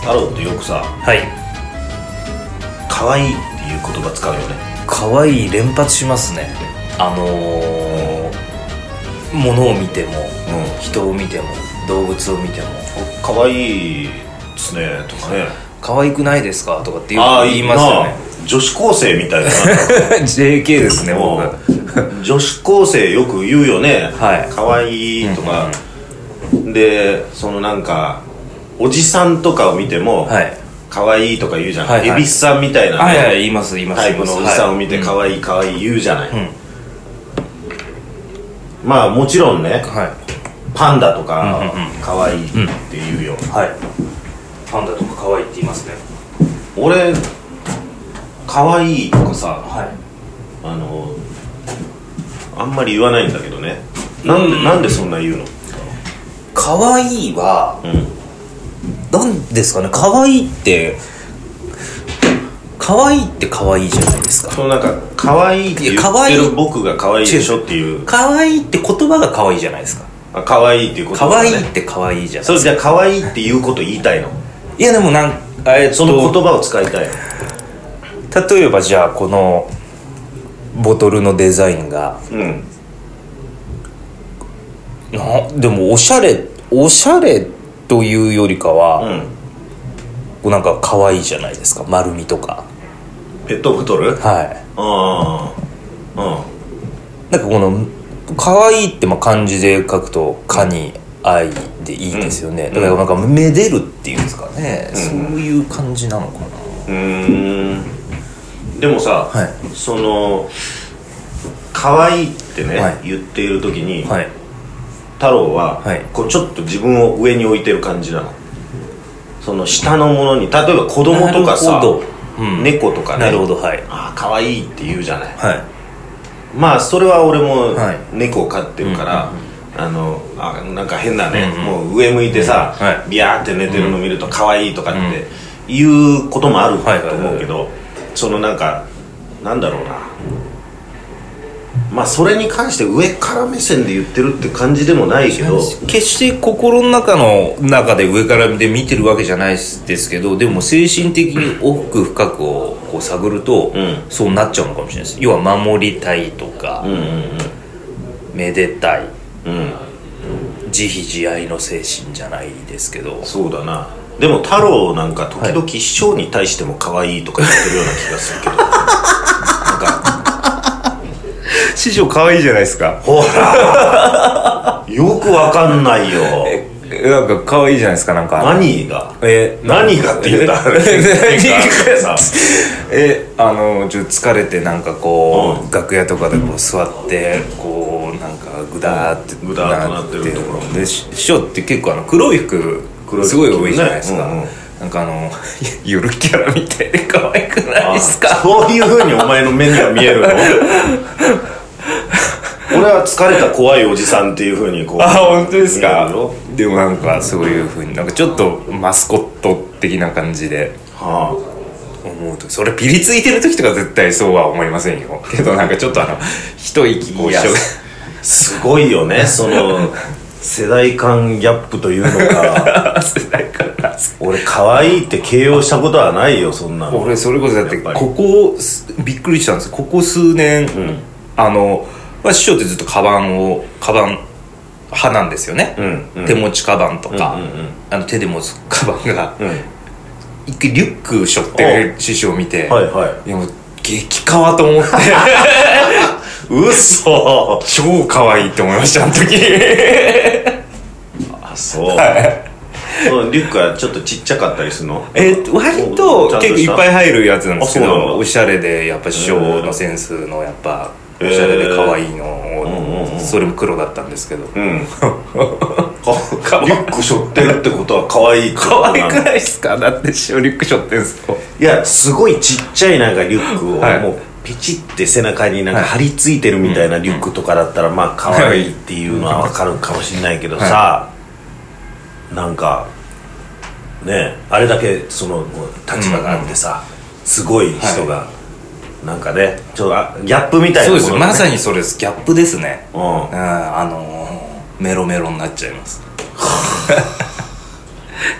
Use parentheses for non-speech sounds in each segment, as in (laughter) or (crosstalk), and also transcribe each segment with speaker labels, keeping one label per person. Speaker 1: 太郎ってよくさ
Speaker 2: はい
Speaker 1: 可愛いっていう言葉使うよね
Speaker 2: 可愛い連発しますねあのー、ものを見ても
Speaker 1: う
Speaker 2: 人を見ても動物を見ても
Speaker 1: ん可愛いですねとかね
Speaker 2: 可愛くないですかとかってよく言いますよね
Speaker 1: なあ女子高生みたい
Speaker 2: (laughs)
Speaker 1: な
Speaker 2: JK ですね僕
Speaker 1: もう女子高生よく言うよね
Speaker 2: はい
Speaker 1: 可愛いとかでそのなんかおじさんとかを見ても
Speaker 2: はい
Speaker 1: 可愛いとか言うじゃん、
Speaker 2: はいはい
Speaker 1: 恵比寿さんみたいなね、
Speaker 2: はいはい言います言います
Speaker 1: タイプのおじさんを見て
Speaker 2: はい
Speaker 1: 可愛い可愛い言うじゃない、
Speaker 2: ん
Speaker 1: まあもちろんね
Speaker 2: はい
Speaker 1: パンダとか
Speaker 2: うんうんうん
Speaker 1: 可愛いって言うよ、
Speaker 2: はいパンダとか可愛いって言いますね
Speaker 1: 俺可愛いとかさ
Speaker 2: はい
Speaker 1: あのあんまり言わないんだけどねなんで,、
Speaker 2: うん
Speaker 1: なんでそんな言うの
Speaker 2: 可愛いは
Speaker 1: うん
Speaker 2: なんですかね可愛いって可愛いって可愛いじゃないですか
Speaker 1: そのなんか可愛いって
Speaker 2: い
Speaker 1: 言
Speaker 2: や可
Speaker 1: って
Speaker 2: 愛い
Speaker 1: る僕が可愛いでしょっていう
Speaker 2: 可愛いって言葉が可愛いじゃないですか
Speaker 1: あ可愛いっていうこと
Speaker 2: 可愛い
Speaker 1: ね
Speaker 2: って可愛いじゃない
Speaker 1: それじゃあ可愛いっていうこと言いたいの
Speaker 2: いやでもなんえっと
Speaker 1: その言葉を使いたいの
Speaker 2: 例えばじゃあこのボトルのデザインが
Speaker 1: うん
Speaker 2: なでもおしゃれおしゃれというよりか
Speaker 1: う
Speaker 2: は、
Speaker 1: ん
Speaker 2: なんか可愛いじゃないですか丸みとか
Speaker 1: ペットボトル
Speaker 2: はい
Speaker 1: ああうん
Speaker 2: なんかこの可愛いってまあ漢字で書くと「か」に「愛」でいいですよね、だからなんか「めでる」っていうんですかね、そういう感じなのか
Speaker 1: うーんでもさ、
Speaker 2: はい
Speaker 1: その可愛いってね、
Speaker 2: はい
Speaker 1: 言っている時に、
Speaker 2: なはい
Speaker 1: 太郎は、
Speaker 2: はい
Speaker 1: こうちょっと自分を上に置いてる感じなのその下のものに例えば子供とか
Speaker 2: な
Speaker 1: さ
Speaker 2: るほど、うん
Speaker 1: 猫とかね
Speaker 2: なるほどはい
Speaker 1: ああ可愛いって言うじゃない
Speaker 2: はい
Speaker 1: まあそれは俺も
Speaker 2: はい
Speaker 1: 猫を飼ってるから、あのあなんか変だね、
Speaker 2: うんうん
Speaker 1: もう上向いてさ、
Speaker 2: うんはい
Speaker 1: ビヤーって寝てるの見ると可愛いとかって言うこともあると思うけど、そのなんかなんだろうなまあそれに関して上から目線で言ってるって感じでもないけど
Speaker 2: 決して心の中の中で上から見て見てるわけじゃないですけどでも精神的に奥深くをこう探ると、
Speaker 1: うん
Speaker 2: そうなっちゃうのかもしれないです要は守りたいとか、
Speaker 1: うんうん
Speaker 2: めでたい
Speaker 1: うんうん
Speaker 2: 慈悲慈愛の精神じゃないですけど
Speaker 1: そうだなでも太郎なんか時々師匠に対しても可愛いとか言ってるような気がす
Speaker 2: (laughs)
Speaker 1: るけどなんか
Speaker 2: (laughs) 師匠可愛いじゃないですか
Speaker 1: ほらよくわかんないよ
Speaker 2: (laughs) なんか可愛いじゃないですかなんか
Speaker 1: 何が
Speaker 2: え
Speaker 1: 何がって言 (laughs) ったら
Speaker 2: えあのちょっと疲れてなんかこう、
Speaker 1: う
Speaker 2: 楽屋とかでこう座ってこうなんかグダーって
Speaker 1: うんグダーっとなってるところ
Speaker 2: でし師匠って結構あの黒い服
Speaker 1: 黒い服
Speaker 2: すごい多いじゃないです
Speaker 1: ね
Speaker 2: か、
Speaker 1: うんうん
Speaker 2: なんかあの (laughs) ゆるキャラみたいで可愛くないですか
Speaker 1: そういうふうにお前の目には見えるの俺は疲れた怖いおじさんっていうふうにこう
Speaker 2: あ本当です
Speaker 1: 見え
Speaker 2: か
Speaker 1: るよ
Speaker 2: でもなんかそういうふうになんかちょっとマスコット的な感じで
Speaker 1: は
Speaker 2: 思うとそれピリついてる時とか絶対そうは思いません
Speaker 1: (laughs)
Speaker 2: よけどなんかちょっとあの一息こう
Speaker 1: いや
Speaker 2: 一緒
Speaker 1: あ、すごいよねその世代間ギャップというのが
Speaker 2: が世代間なんです
Speaker 1: 俺可愛いって形容したことはないよそんなの
Speaker 2: (laughs) 俺それこそだって
Speaker 1: やっぱり
Speaker 2: ここすびっくりしたんですよここ数年、あの、まあ、師匠ってずっとカバンをカバン派なんですよね、
Speaker 1: うんうん
Speaker 2: 手持ちカバンとか、
Speaker 1: うんうんうん
Speaker 2: あの手で持つカバンが、
Speaker 1: うん
Speaker 2: 一回リュック背負ってる師匠を見て、
Speaker 1: はいはい
Speaker 2: い、やもう激カワと
Speaker 1: (laughs)
Speaker 2: 思って
Speaker 1: 嘘
Speaker 2: 超可愛いって思いましたあの時
Speaker 1: あそう、そのリュックはちょっとちっちゃかったりするの
Speaker 2: えっと割と
Speaker 1: ちゃんと
Speaker 2: 結構いっぱい入るやつなんですけ
Speaker 1: あそうなんだ
Speaker 2: どおしゃれでやっぱ師匠のセンスのやっぱおしゃれで可愛いの
Speaker 1: んうんう
Speaker 2: を
Speaker 1: ん
Speaker 2: それも黒だったんですけど
Speaker 1: うんかリュック背負ってるってことは可愛い
Speaker 2: 可愛く
Speaker 1: い
Speaker 2: ないっすかだって師匠リュック背負ってんすよ
Speaker 1: いやすごいちっちゃいなんかリュックを、
Speaker 2: はい
Speaker 1: もうピチって背中になんか張り付いてるみたいなリュックとかだったらまあ可愛いっていうのはわかるかもしれないけどさ、なんかねあれだけその立場があってさ、すごい人が、なんかねちょっとあギャップみたいな
Speaker 2: そうです
Speaker 1: ものが
Speaker 2: ま
Speaker 1: ね
Speaker 2: さにそれですギャップですね
Speaker 1: う
Speaker 2: うんあのーメロメロになっちゃいます
Speaker 1: ん
Speaker 2: (laughs)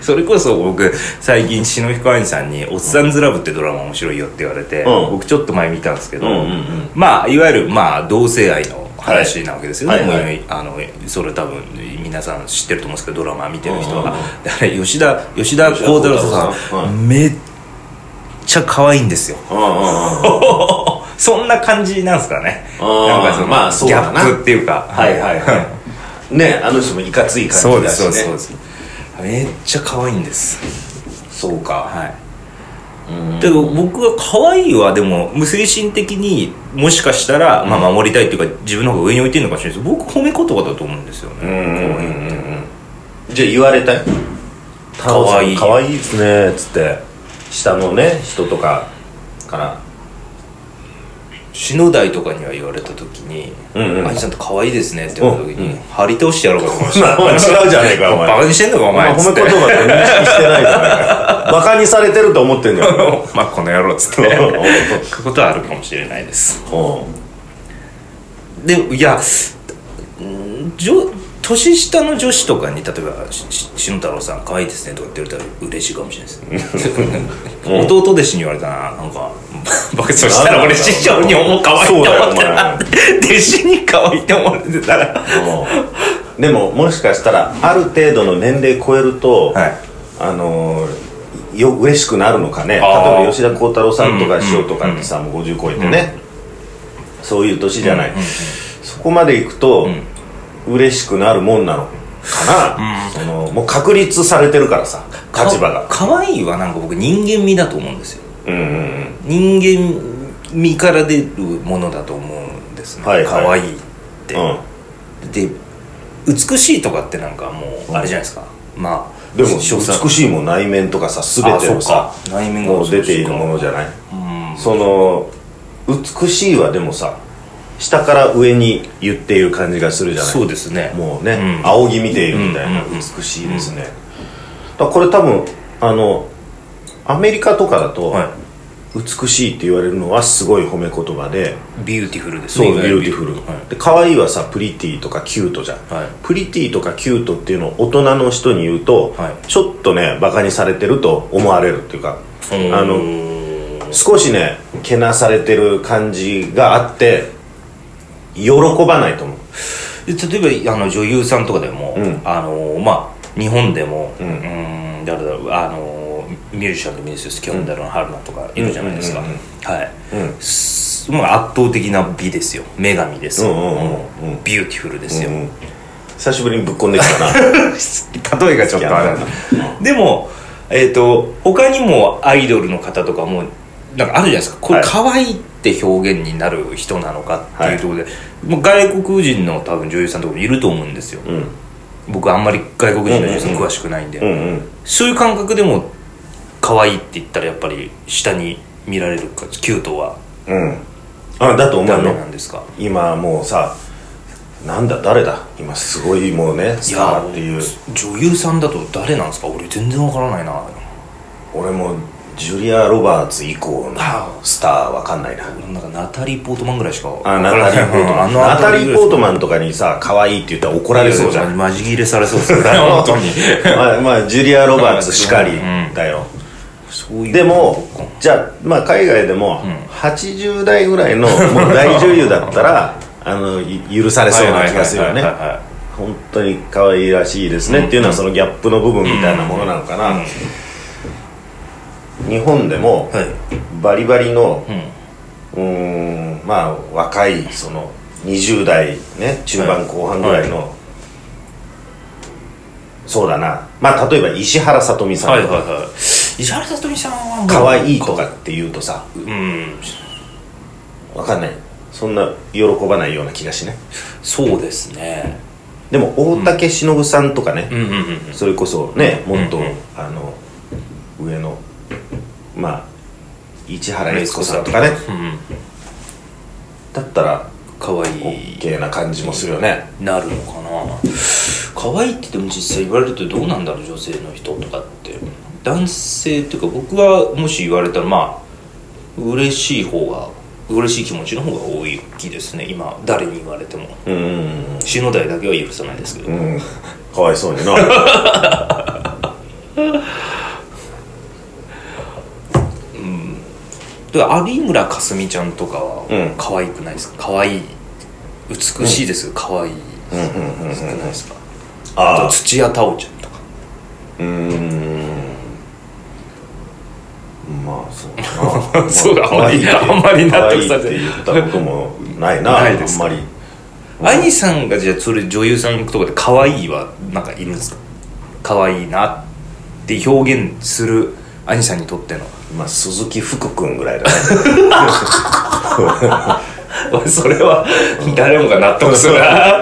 Speaker 2: それこそ僕最近篠彦兄さんに「おっさんずラブ」ってドラマ面白いよって言われて、
Speaker 1: うん
Speaker 2: 僕ちょっと前見たんですけど、
Speaker 1: うんうんうん
Speaker 2: まあいわゆるまあ同性愛の話なわけですよね、
Speaker 1: はいはいはい
Speaker 2: もうあのそれ多分皆さん知ってると思うんですけどドラマ見てる人は、
Speaker 1: うんうんうん
Speaker 2: だから吉田吉田鋼太郎さ
Speaker 1: 吉田鋼太
Speaker 2: ん、
Speaker 1: 郎さん
Speaker 2: めっちゃ可愛いんですよ
Speaker 1: うんうんうん
Speaker 2: そんな感じなんですかね
Speaker 1: あー
Speaker 2: なんかその、
Speaker 1: まあそう
Speaker 2: ギ
Speaker 1: だ
Speaker 2: ャ
Speaker 1: な
Speaker 2: ップっていうか
Speaker 1: はいはい
Speaker 2: (laughs)
Speaker 1: はいねあの人もいかつい
Speaker 2: そ
Speaker 1: 感
Speaker 2: う
Speaker 1: じ
Speaker 2: で
Speaker 1: だ
Speaker 2: す
Speaker 1: し
Speaker 2: そう
Speaker 1: ね
Speaker 2: ですそうですめっちゃ可愛いんです
Speaker 1: そうか
Speaker 2: はい
Speaker 1: うん
Speaker 2: で僕は可愛いはでも無精神的にもしかしたら、まあ、守りたいっていうか自分の方が上に置いてるのかもしれないです僕褒め言葉だと思うんですよね
Speaker 1: うんうんうん
Speaker 2: 可愛いって
Speaker 1: じゃあ言われたい
Speaker 2: かわいい
Speaker 1: かわいいですねつって下のね人とかから
Speaker 2: 篠台とかには言われた時に「
Speaker 1: うんうん
Speaker 2: あいちゃんと可愛いですね」って言われた時に、
Speaker 1: うん
Speaker 2: 張り倒してやろうかと思いま
Speaker 1: お
Speaker 2: し
Speaker 1: 前 (laughs)
Speaker 2: た
Speaker 1: 違うじゃねえかお前
Speaker 2: バカにしてんのかお
Speaker 1: お前
Speaker 2: 前
Speaker 1: 褒
Speaker 2: っ
Speaker 1: め
Speaker 2: つって
Speaker 1: 言葉で認識してないじゃ
Speaker 2: (laughs)
Speaker 1: ないかバカにされてると思ってんじゃん
Speaker 2: お前この野郎っつ
Speaker 1: (laughs)
Speaker 2: って
Speaker 1: うんうん
Speaker 2: くことはあるかもしれないです
Speaker 1: おう
Speaker 2: でいやうん女年下の女子とかに例えばしし「篠太郎さん可愛いですね」とかって言われたら嬉しいかもしれないです、
Speaker 1: うん
Speaker 2: 弟弟子に言われたらなんかバカそしたら俺師匠に思う可愛いと
Speaker 1: そう
Speaker 2: 思
Speaker 1: だよ
Speaker 2: ってた弟子に可愛いって思われてたら
Speaker 1: おうでももしかしたらある程度の年齢超えると、
Speaker 2: はい
Speaker 1: あのーよ嬉しくなるのかね例え
Speaker 2: あー
Speaker 1: ば吉田鋼太郎さんと
Speaker 2: うん
Speaker 1: か師匠とかってさ、もう50超えてね、そういう年じゃない、そこまでいくと、嬉しくなるもんなのかな、そのもう確立されてるからさ立場が
Speaker 2: か可愛いはなんか僕人間味だと思うんですよ
Speaker 1: うんうん
Speaker 2: 人間味から出るものだと思うんですね、
Speaker 1: はいはい
Speaker 2: 可愛いって、
Speaker 1: うん、
Speaker 2: で美しいとかってなんかもうあれじゃないですか、まあ
Speaker 1: でも
Speaker 2: 所作
Speaker 1: 美しいも内面とかさ全ての
Speaker 2: あ
Speaker 1: さ
Speaker 2: そうか内面が
Speaker 1: もう出ているものじゃない、その美しいはでもさ下から上に言っている感じがするじゃない
Speaker 2: そうですね
Speaker 1: もうね、
Speaker 2: うん
Speaker 1: 仰ぎ見ているみたいな、
Speaker 2: うんうんうん
Speaker 1: 美しいですね、だからこれ多分あのアメリカとかだと、
Speaker 2: は
Speaker 1: 美しいって言われるのはすごい褒め言葉で
Speaker 2: いビューティフルです
Speaker 1: そう
Speaker 2: ね
Speaker 1: ビューティフル、
Speaker 2: はい
Speaker 1: で可愛いはさプリティとかキュートじゃん、
Speaker 2: はい
Speaker 1: プリティとかキュートっていうのを大人の人に言うと、
Speaker 2: はい
Speaker 1: ちょっとねバカにされてると思われるっていうかあの少しねけなされてる感じがあって喜ばないと思う
Speaker 2: で例えばあの女優さんとかでも、
Speaker 1: うん
Speaker 2: あのまあ日本でもうんーん誰だろうあのミュージシャンでもいいですよスキャンダルの春菜とかいるじゃないですか、
Speaker 1: うんうんうん
Speaker 2: はい、
Speaker 1: うん
Speaker 2: すもう圧倒的な美ですよ女神ですよ、
Speaker 1: うんうんうんうん
Speaker 2: ビューティフルですよ、
Speaker 1: うん久しぶりにぶっこんできたな
Speaker 2: 例えがちょっとあれでもえっ、と他にもアイドルの方とかもなんかあるじゃないですかこ
Speaker 1: は
Speaker 2: れ
Speaker 1: い
Speaker 2: 可愛いって表現になる人なのかって
Speaker 1: はいいう
Speaker 2: ところで、もう外国人の多分女優さんとかもいると思うんですよ
Speaker 1: うん
Speaker 2: 僕あんまり外国人の女優さん詳しくないんで、
Speaker 1: うんうん
Speaker 2: そういう感覚でも可愛いって言ったらやっぱり下に見られるかキュートは
Speaker 1: うんあだと思
Speaker 2: ダ
Speaker 1: う
Speaker 2: メ
Speaker 1: の
Speaker 2: なんですか
Speaker 1: 今もうさなんだ誰だ今すごいもうねスターっていう
Speaker 2: 女優さんだと誰なんですか俺全然わからないな
Speaker 1: 俺もジュリア・ロバーツ以降の
Speaker 2: あ
Speaker 1: スターわかんないな
Speaker 2: なんかナタリー・ポートマンぐらいしか
Speaker 1: あナタリー・ポートマンナタリー・ポートマンとかにさ可愛いって言ったら怒られそうじゃん
Speaker 2: マジ切れされそうですよね本当に
Speaker 1: まあ、まあ、ジュリア・ロバーツしかりだよ、
Speaker 2: そういう
Speaker 1: でもじゃあ,、まあ海外でも80代ぐらいのもう大女優だった
Speaker 2: (laughs)
Speaker 1: らあのゆ許されそうな気がするよね
Speaker 2: はいはいはいはい
Speaker 1: 本当に可愛いらしいですね、っていうのはそのギャップの部分みたいなものなのかな、日本でも
Speaker 2: はい
Speaker 1: バリバリの
Speaker 2: うん
Speaker 1: うーんまあ若いその20代ね中盤後半ぐらいの、そうだなまあ例えば石原さとみさん、
Speaker 2: はいはいはい石原さとみさんはもう
Speaker 1: 可愛いとかって言うとさ
Speaker 2: うん
Speaker 1: わかんないそんな喜ばないような気がしね
Speaker 2: そうですね
Speaker 1: でも大竹しのぶさんとかね、
Speaker 2: うんうんうん
Speaker 1: それこそねもっと、
Speaker 2: うんうん
Speaker 1: あの上のまあ市原悦子さんとかね
Speaker 2: うん
Speaker 1: だったら
Speaker 2: 可
Speaker 1: オ
Speaker 2: 愛
Speaker 1: ッ
Speaker 2: い
Speaker 1: ケーな感じもするよね
Speaker 2: なるのかな可愛いってでも実際言われるとどうなんだろう女性の人とかって男性っていうか僕はもし言われたらまあ嬉しい方が嬉しい気持ちの方が多い大きいですね今誰に言われても
Speaker 1: うんうん
Speaker 2: 篠台だけは許さないですけど、 (laughs)
Speaker 1: うんうんかわいそうにな
Speaker 2: で有村架純ちゃんとか
Speaker 1: うん
Speaker 2: は可愛くないですか、可愛い美しいですよ可愛い少ないですかあ
Speaker 1: あ
Speaker 2: と土屋太鳳ちゃんとか
Speaker 1: うーんまあそうかまあ
Speaker 2: (laughs) そうだ
Speaker 1: 可愛いって
Speaker 2: あんまり納得さ
Speaker 1: 可
Speaker 2: せ
Speaker 1: 愛いって
Speaker 2: ない
Speaker 1: 言ったこともないな
Speaker 2: ないですか
Speaker 1: あんまり
Speaker 2: 兄さんがじゃあそれ女優さんとかで可愛いはなんかいるんですか可愛いなって表現する兄さんにとっての
Speaker 1: まあ鈴木福君ぐらいだね
Speaker 2: (laughs) それは誰もが納得するな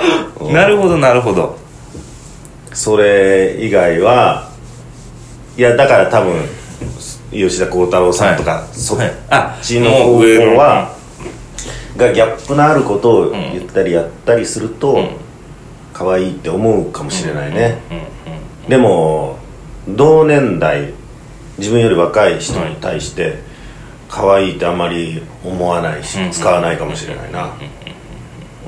Speaker 2: (laughs) なるほどなるほど
Speaker 1: それ以外はいやだから多分吉田鋼太郎さんとか、そっ
Speaker 2: あ
Speaker 1: ちの
Speaker 2: も
Speaker 1: 方
Speaker 2: う上の
Speaker 1: はがギャップのあることを言ったりやったりすると、
Speaker 2: ん
Speaker 1: 可愛いって思うかもしれないね、でも同年代自分より若い人に対して、可愛いってあんまり思わないし、
Speaker 2: うん
Speaker 1: 使わないかもしれないな、
Speaker 2: あ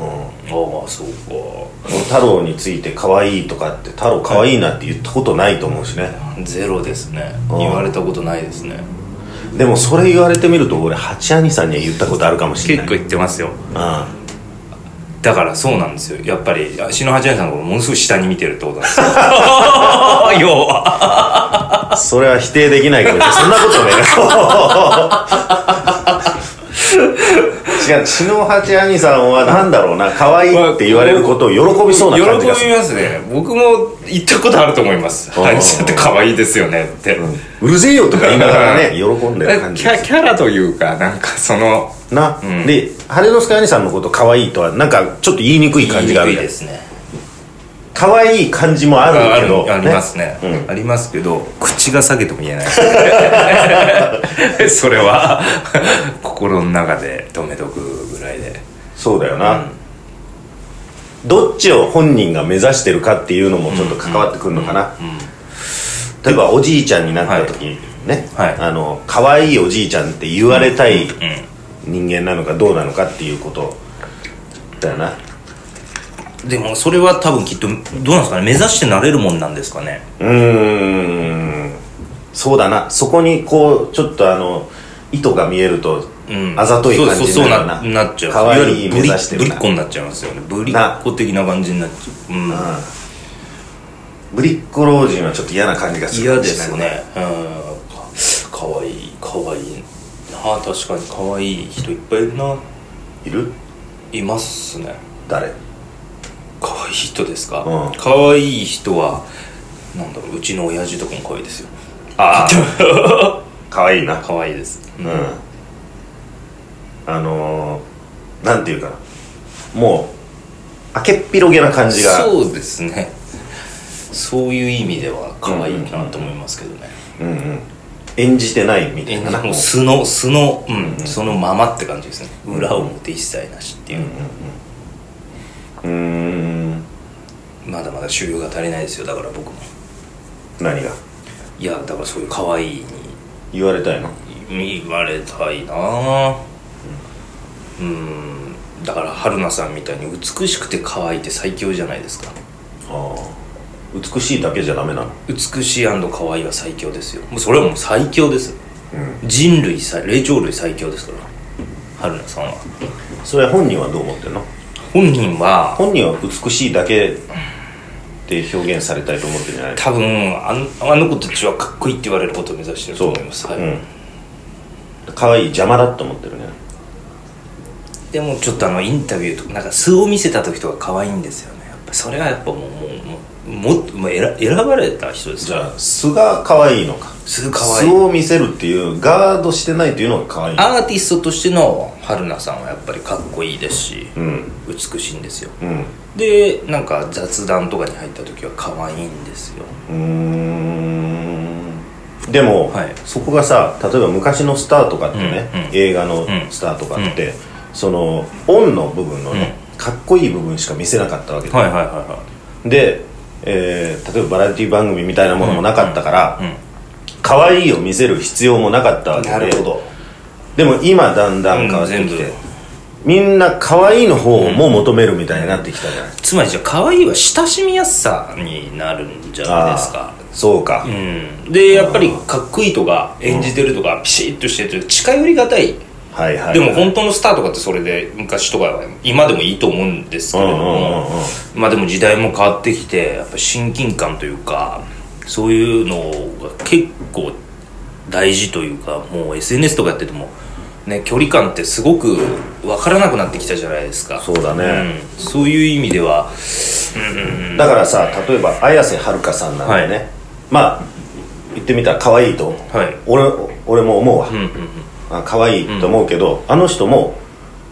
Speaker 2: あそうか
Speaker 1: 太郎について可愛いとかって太郎可愛いなって言ったことないと思うしね、
Speaker 2: ゼロですね
Speaker 1: うん
Speaker 2: 言われたことないですね
Speaker 1: でもそれ言われてみると俺八兄さんには言ったことあるかもしれな
Speaker 2: 結
Speaker 1: い
Speaker 2: 構言ってますよ
Speaker 1: あ
Speaker 2: だからそうなんですよやっぱり篠八谷さんのことをものすごい下に見てるってことなんで
Speaker 1: (laughs)
Speaker 2: すよ要は
Speaker 1: あそれは否定できないけどそんなことね違う篠八兄さんはなんだろうな可愛いって言われることを喜びそうな感じがす
Speaker 2: 喜
Speaker 1: る
Speaker 2: びますね僕も言ったことあると思います
Speaker 1: あー
Speaker 2: 兄さんって可愛いですよねって、
Speaker 1: うるせえよとか言いながら
Speaker 2: (laughs)
Speaker 1: ね喜んでる感じ
Speaker 2: キャキャラというかなんかその
Speaker 1: な、で晴之助兄さんのこと可愛いとはなんかちょっと言いにくい感じがある
Speaker 2: 言いに
Speaker 1: じゃん
Speaker 2: くいですね
Speaker 1: 可愛い感じもあ
Speaker 2: あ
Speaker 1: る
Speaker 2: あ
Speaker 1: けど
Speaker 2: るありますねありますけど口が下げても言えないですね (laughs) それは心の中で止めとくぐらいで
Speaker 1: そうだよな、どっちを本人が目指してるかっていうのもちょっと関わってくるのかな、例えばおじいちゃんになった時にね、
Speaker 2: はい
Speaker 1: あの可愛いおじいちゃんって言われたい人間なのかどうなのかっていうことだよな
Speaker 2: でもそれは多分きっとどうなんですかね目指してなれるもんなんですかね
Speaker 1: うーんそうだなそこにこうちょっとあの糸が見えると
Speaker 2: うん
Speaker 1: あざとい感じ
Speaker 2: そうそう
Speaker 1: に
Speaker 2: そ
Speaker 1: な
Speaker 2: う
Speaker 1: るな,、
Speaker 2: ななっちゃう
Speaker 1: 可愛い
Speaker 2: わゆる
Speaker 1: 目
Speaker 2: ぶ
Speaker 1: 指
Speaker 2: り
Speaker 1: してる
Speaker 2: ぶり
Speaker 1: な
Speaker 2: っ子になっちゃいますよねぶりっ子的な感じになっちゃううん
Speaker 1: うんぶりっ子老人はちょっと嫌な感じがする
Speaker 2: 嫌
Speaker 1: かも
Speaker 2: で
Speaker 1: しれない
Speaker 2: すねうんかかわいいかわいいなあ確かにかわいい人いっぱいいるない
Speaker 1: る
Speaker 2: いますね
Speaker 1: 誰
Speaker 2: かわいい人ですか
Speaker 1: うん
Speaker 2: かわいい人はなんだろううちの親父とかもかわいいですよ
Speaker 1: (laughs) ああかわいいな
Speaker 2: かわいいですう
Speaker 1: うんんあのー、なんていうかなもう明けっぴろげな感じが
Speaker 2: そうですねそういう意味では可愛いなと思いますけどね、
Speaker 1: う、んうん、演じてないみたいな
Speaker 2: もう素の素の、うんそのままって感じですね裏表一切なしっていう、
Speaker 1: うーん
Speaker 2: まだまだ修行が足りないですよだから僕も
Speaker 1: 何が
Speaker 2: いやだからそういう可愛い
Speaker 1: 言われたいの
Speaker 2: に言われたいなぁうんだから春菜さんみたいに美しくて可愛いって最強じゃないですか
Speaker 1: ああ美しいだけじゃダメなの
Speaker 2: 美しい可愛いは最強ですよもうそれはもう最強です、人類最霊長類最強ですから春菜さんは
Speaker 1: それは本人はどう思ってるの
Speaker 2: 本人は
Speaker 1: 本人は美しいだけで表現されたいと思ってるんじゃない
Speaker 2: 多分あのあの子たちはかっこいいって言われることを目指してると思います、はい
Speaker 1: うん可愛い邪魔だと思ってるね
Speaker 2: でもちょっとあのインタビューとかなんか素を見せた時とか可愛いんですよねやっぱそれはやっぱもうもうもうもっともう選選ばれた人です
Speaker 1: じゃあ素が可愛いのか
Speaker 2: 素が可愛い
Speaker 1: 素を見せるっていうガードしてないっていうのが可愛い
Speaker 2: アーティストとしての春菜さんはやっぱりかっこいいですし、
Speaker 1: うん
Speaker 2: 美しいんですよ
Speaker 1: うん
Speaker 2: でなんか雑談とかに入った時は可愛いんですよ
Speaker 1: うーんでも、
Speaker 2: はい
Speaker 1: そこがさ例えば昔のスターとかってね、
Speaker 2: うんうん
Speaker 1: 映画のスターとかって、そのオンの部分のね、かっこいい部分しか見せなかったわけで,、
Speaker 2: はいはいはいは
Speaker 1: でえー例えばバラエティ番組みたいなものもなかったから、
Speaker 2: うんうん
Speaker 1: 可愛いを見せる必要もなかったわけで
Speaker 2: なるほど
Speaker 1: でも今だんだん変わってきて、
Speaker 2: うん全部
Speaker 1: みんな可愛いの方も求めるみたいになってきたじゃない、
Speaker 2: つまりじゃあ可愛いは親しみやすさになるんじゃないですか
Speaker 1: そうか、
Speaker 2: うん、でやっぱりかっこいいとか演じてるとかピシッとしてて近寄りがたい
Speaker 1: はいはい
Speaker 2: でも本当のスターとかってそれで昔とかは今でもいいと思うんですけれど
Speaker 1: うんうん
Speaker 2: も
Speaker 1: うんうん
Speaker 2: まあでも時代も変わってきてやっぱ親近感というかそういうのが結構大事というかもう SNS とかやっててもね距離感ってすごく分からなくなってきたじゃないですか
Speaker 1: そうだね、
Speaker 2: うんそういう意味では
Speaker 1: だからさ例えば綾瀬はるかさんなんでね、
Speaker 2: はい
Speaker 1: まあ言ってみたら可愛いと、
Speaker 2: はい
Speaker 1: 俺俺も思うわ、
Speaker 2: うんうん
Speaker 1: あ可愛いと思うけど、あの人も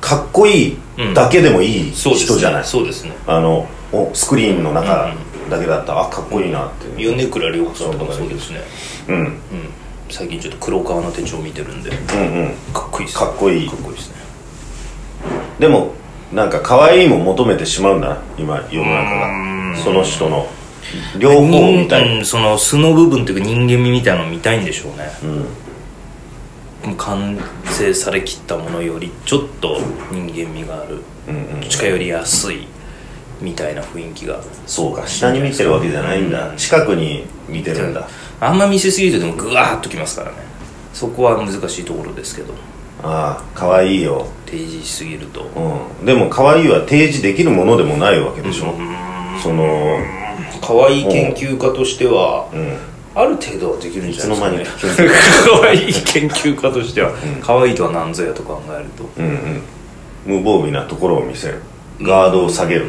Speaker 1: かっこいいだけでもいい
Speaker 2: そうです
Speaker 1: 人
Speaker 2: ね
Speaker 1: じゃない、
Speaker 2: そうですね
Speaker 1: あのおスクリーンの中だけだったら、あかっこいいなっていう
Speaker 2: 米倉涼子さんとかもそうですね
Speaker 1: うん、うん
Speaker 2: 最近ちょっと黒川の手帳見てるんで
Speaker 1: うん
Speaker 2: かっこいいですね
Speaker 1: かっこいい
Speaker 2: かっこいいですね
Speaker 1: でもなんか可愛いも求めてしまうんだな今世の中がその人の両方みたい
Speaker 2: うんその素の部分というか人間味みたいなの見たいんでしょうね、もう完成されきったものよりちょっと人間味がある、近寄りやすいみたいな雰囲気が
Speaker 1: そうか下に見てるわけじゃないんだ、近くに見てるんだ、
Speaker 2: あんま見せすぎるとでもグワーッときますからねそこは難しいところですけど
Speaker 1: ああ可愛いよ、
Speaker 2: 提示しすぎると
Speaker 1: うん、でも可愛いは提示できるものでもないわけでしょ、その
Speaker 2: 可愛い研究家としては、
Speaker 1: ん
Speaker 2: ある程度はできるんじゃないで
Speaker 1: い
Speaker 2: すかね (laughs) 可愛い研究家としては、可愛いとは何ぞやと考えると、
Speaker 1: 無防備なところを見せるガードを下げる、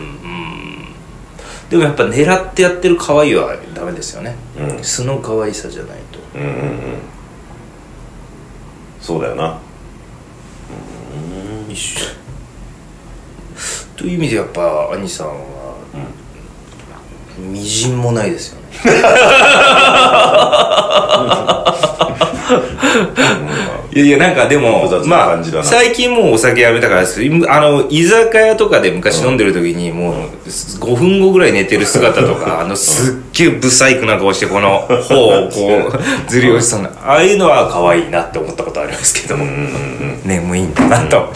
Speaker 2: でもやっぱ狙ってやってる可愛いはダメですよね、
Speaker 1: うん
Speaker 2: 素の可愛さじゃないと、
Speaker 1: そうだよな
Speaker 2: 一緒という意味でやっぱ兄さんは、みじんもない (laughs) ですよねいやいやなんかでも
Speaker 1: 複雑な
Speaker 2: ま
Speaker 1: 感じだな
Speaker 2: あ最近もうお酒やめたからですあの居酒屋とかで昔飲んでる時にもう5分後ぐらい寝てる姿と
Speaker 1: (laughs)
Speaker 2: かあのすっげえブサイクな顔してこの頬をこうずり落ちそうなああいうのは可愛いなって思ったことありますけど眠いんだなと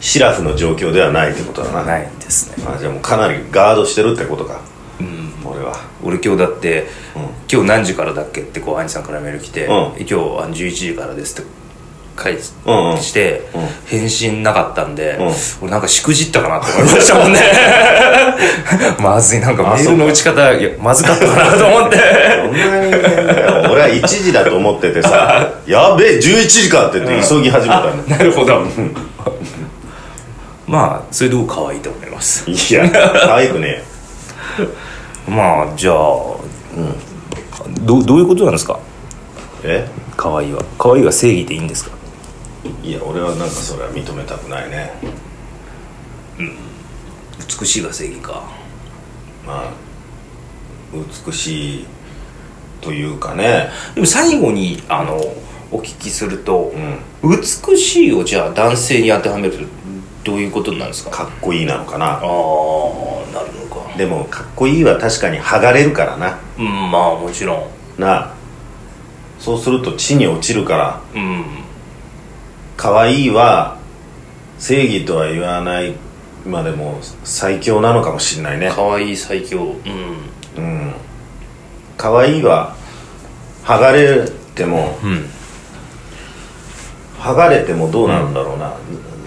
Speaker 1: シラフの状況ではないってことだな、
Speaker 2: ないんですね
Speaker 1: あじゃあもうかなりガードしてるってことか、俺は
Speaker 2: 俺今日だって、今日何時からだっけってこう兄さんからメール来て、
Speaker 1: うん
Speaker 2: 今日あの11時からですって返し,、
Speaker 1: うんうん
Speaker 2: て、
Speaker 1: うん
Speaker 2: 返信なかったんで、
Speaker 1: うん
Speaker 2: 俺なんかしくじったかなって思いましたもん (laughs) ねまずいなんかメールの打ち方いやまずかったなと思って
Speaker 1: そんなにね (laughs) 俺は1時だと思ってて (laughs) さ「やべえ11時か」って言って急ぎ始めたの、
Speaker 2: (laughs) なるほどまあそれでも可愛いと思います
Speaker 1: い (laughs) や可愛くね
Speaker 2: まあじゃあ、どどういうことなんですか
Speaker 1: え
Speaker 2: 可愛いは可愛いは正義でいいんですか
Speaker 1: いや俺はなんかそれは認めたくないね
Speaker 2: 美しいが正義か
Speaker 1: まあ美しいというかね
Speaker 2: でも最後にあのお聞きすると
Speaker 1: う、ん
Speaker 2: 美しいをじゃあ男性に当てはめるとどういうことになるんですか
Speaker 1: かっこいいなのか
Speaker 2: ああ
Speaker 1: な
Speaker 2: なるのか
Speaker 1: でもかっこいいは確かに剥がれるからな
Speaker 2: うんまあもちろん
Speaker 1: なあそうすると地に落ちるから
Speaker 2: うん
Speaker 1: 可愛いは正義とは言わないまでも最強なのかもしれないね
Speaker 2: 可愛い最強うん
Speaker 1: うん可愛いは剥がれても
Speaker 2: うん
Speaker 1: 剥がれてもどうなるんだろうな、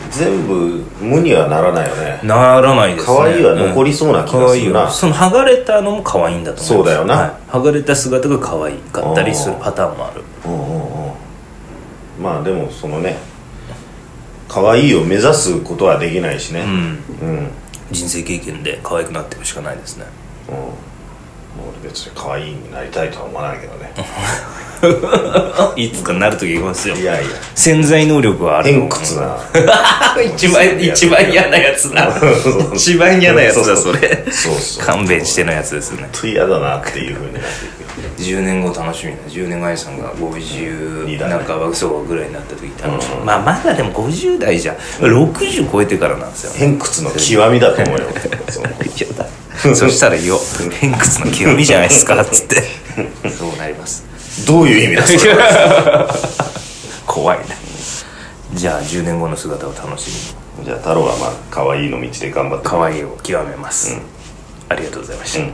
Speaker 1: 全部無にはならないよね
Speaker 2: ならないですね
Speaker 1: 可愛いは残りそうな気がする
Speaker 2: 可愛い
Speaker 1: な、
Speaker 2: よその剥がれたのも可愛いんだと
Speaker 1: そ
Speaker 2: 思います
Speaker 1: うだよな
Speaker 2: はい剥がれた姿が可愛かったりするパターンもある
Speaker 1: うんうんうんまあでもそのね可愛いを目指すことはできないしね
Speaker 2: うん
Speaker 1: うん、うん、
Speaker 2: 人生経験で可愛くなっていくしかないですね
Speaker 1: 俺別に可愛いになりたいとは思わないけどね
Speaker 2: いつかなるときいますよ
Speaker 1: いやいや
Speaker 2: 潜在能力はあると思
Speaker 1: 偏
Speaker 2: う
Speaker 1: 屈な
Speaker 2: 一番一番嫌なや (laughs) つだ一番嫌なやつだそれ
Speaker 1: そうそう
Speaker 2: 勘弁してのやつですね
Speaker 1: 本当嫌だなっていうふうになっていくよ
Speaker 2: 10年後楽しみだ10年後愛さんが50
Speaker 1: 二だね
Speaker 2: 半ばそうぐらいになった時楽しみ、まあまだでも50代じゃ60超えてからなんですよ
Speaker 1: 偏屈の極みだと思うよそう
Speaker 2: 嫌だそしたらよ偏屈の極みじゃないです (laughs) かっつってそうなります
Speaker 1: どういう意味だそれ
Speaker 2: 怖いねじゃあ10年後の姿を楽しみに
Speaker 1: じゃあ太郎はまあ可愛いの道で頑張って
Speaker 2: 可愛いを極めます、ありがとうございました、
Speaker 1: うん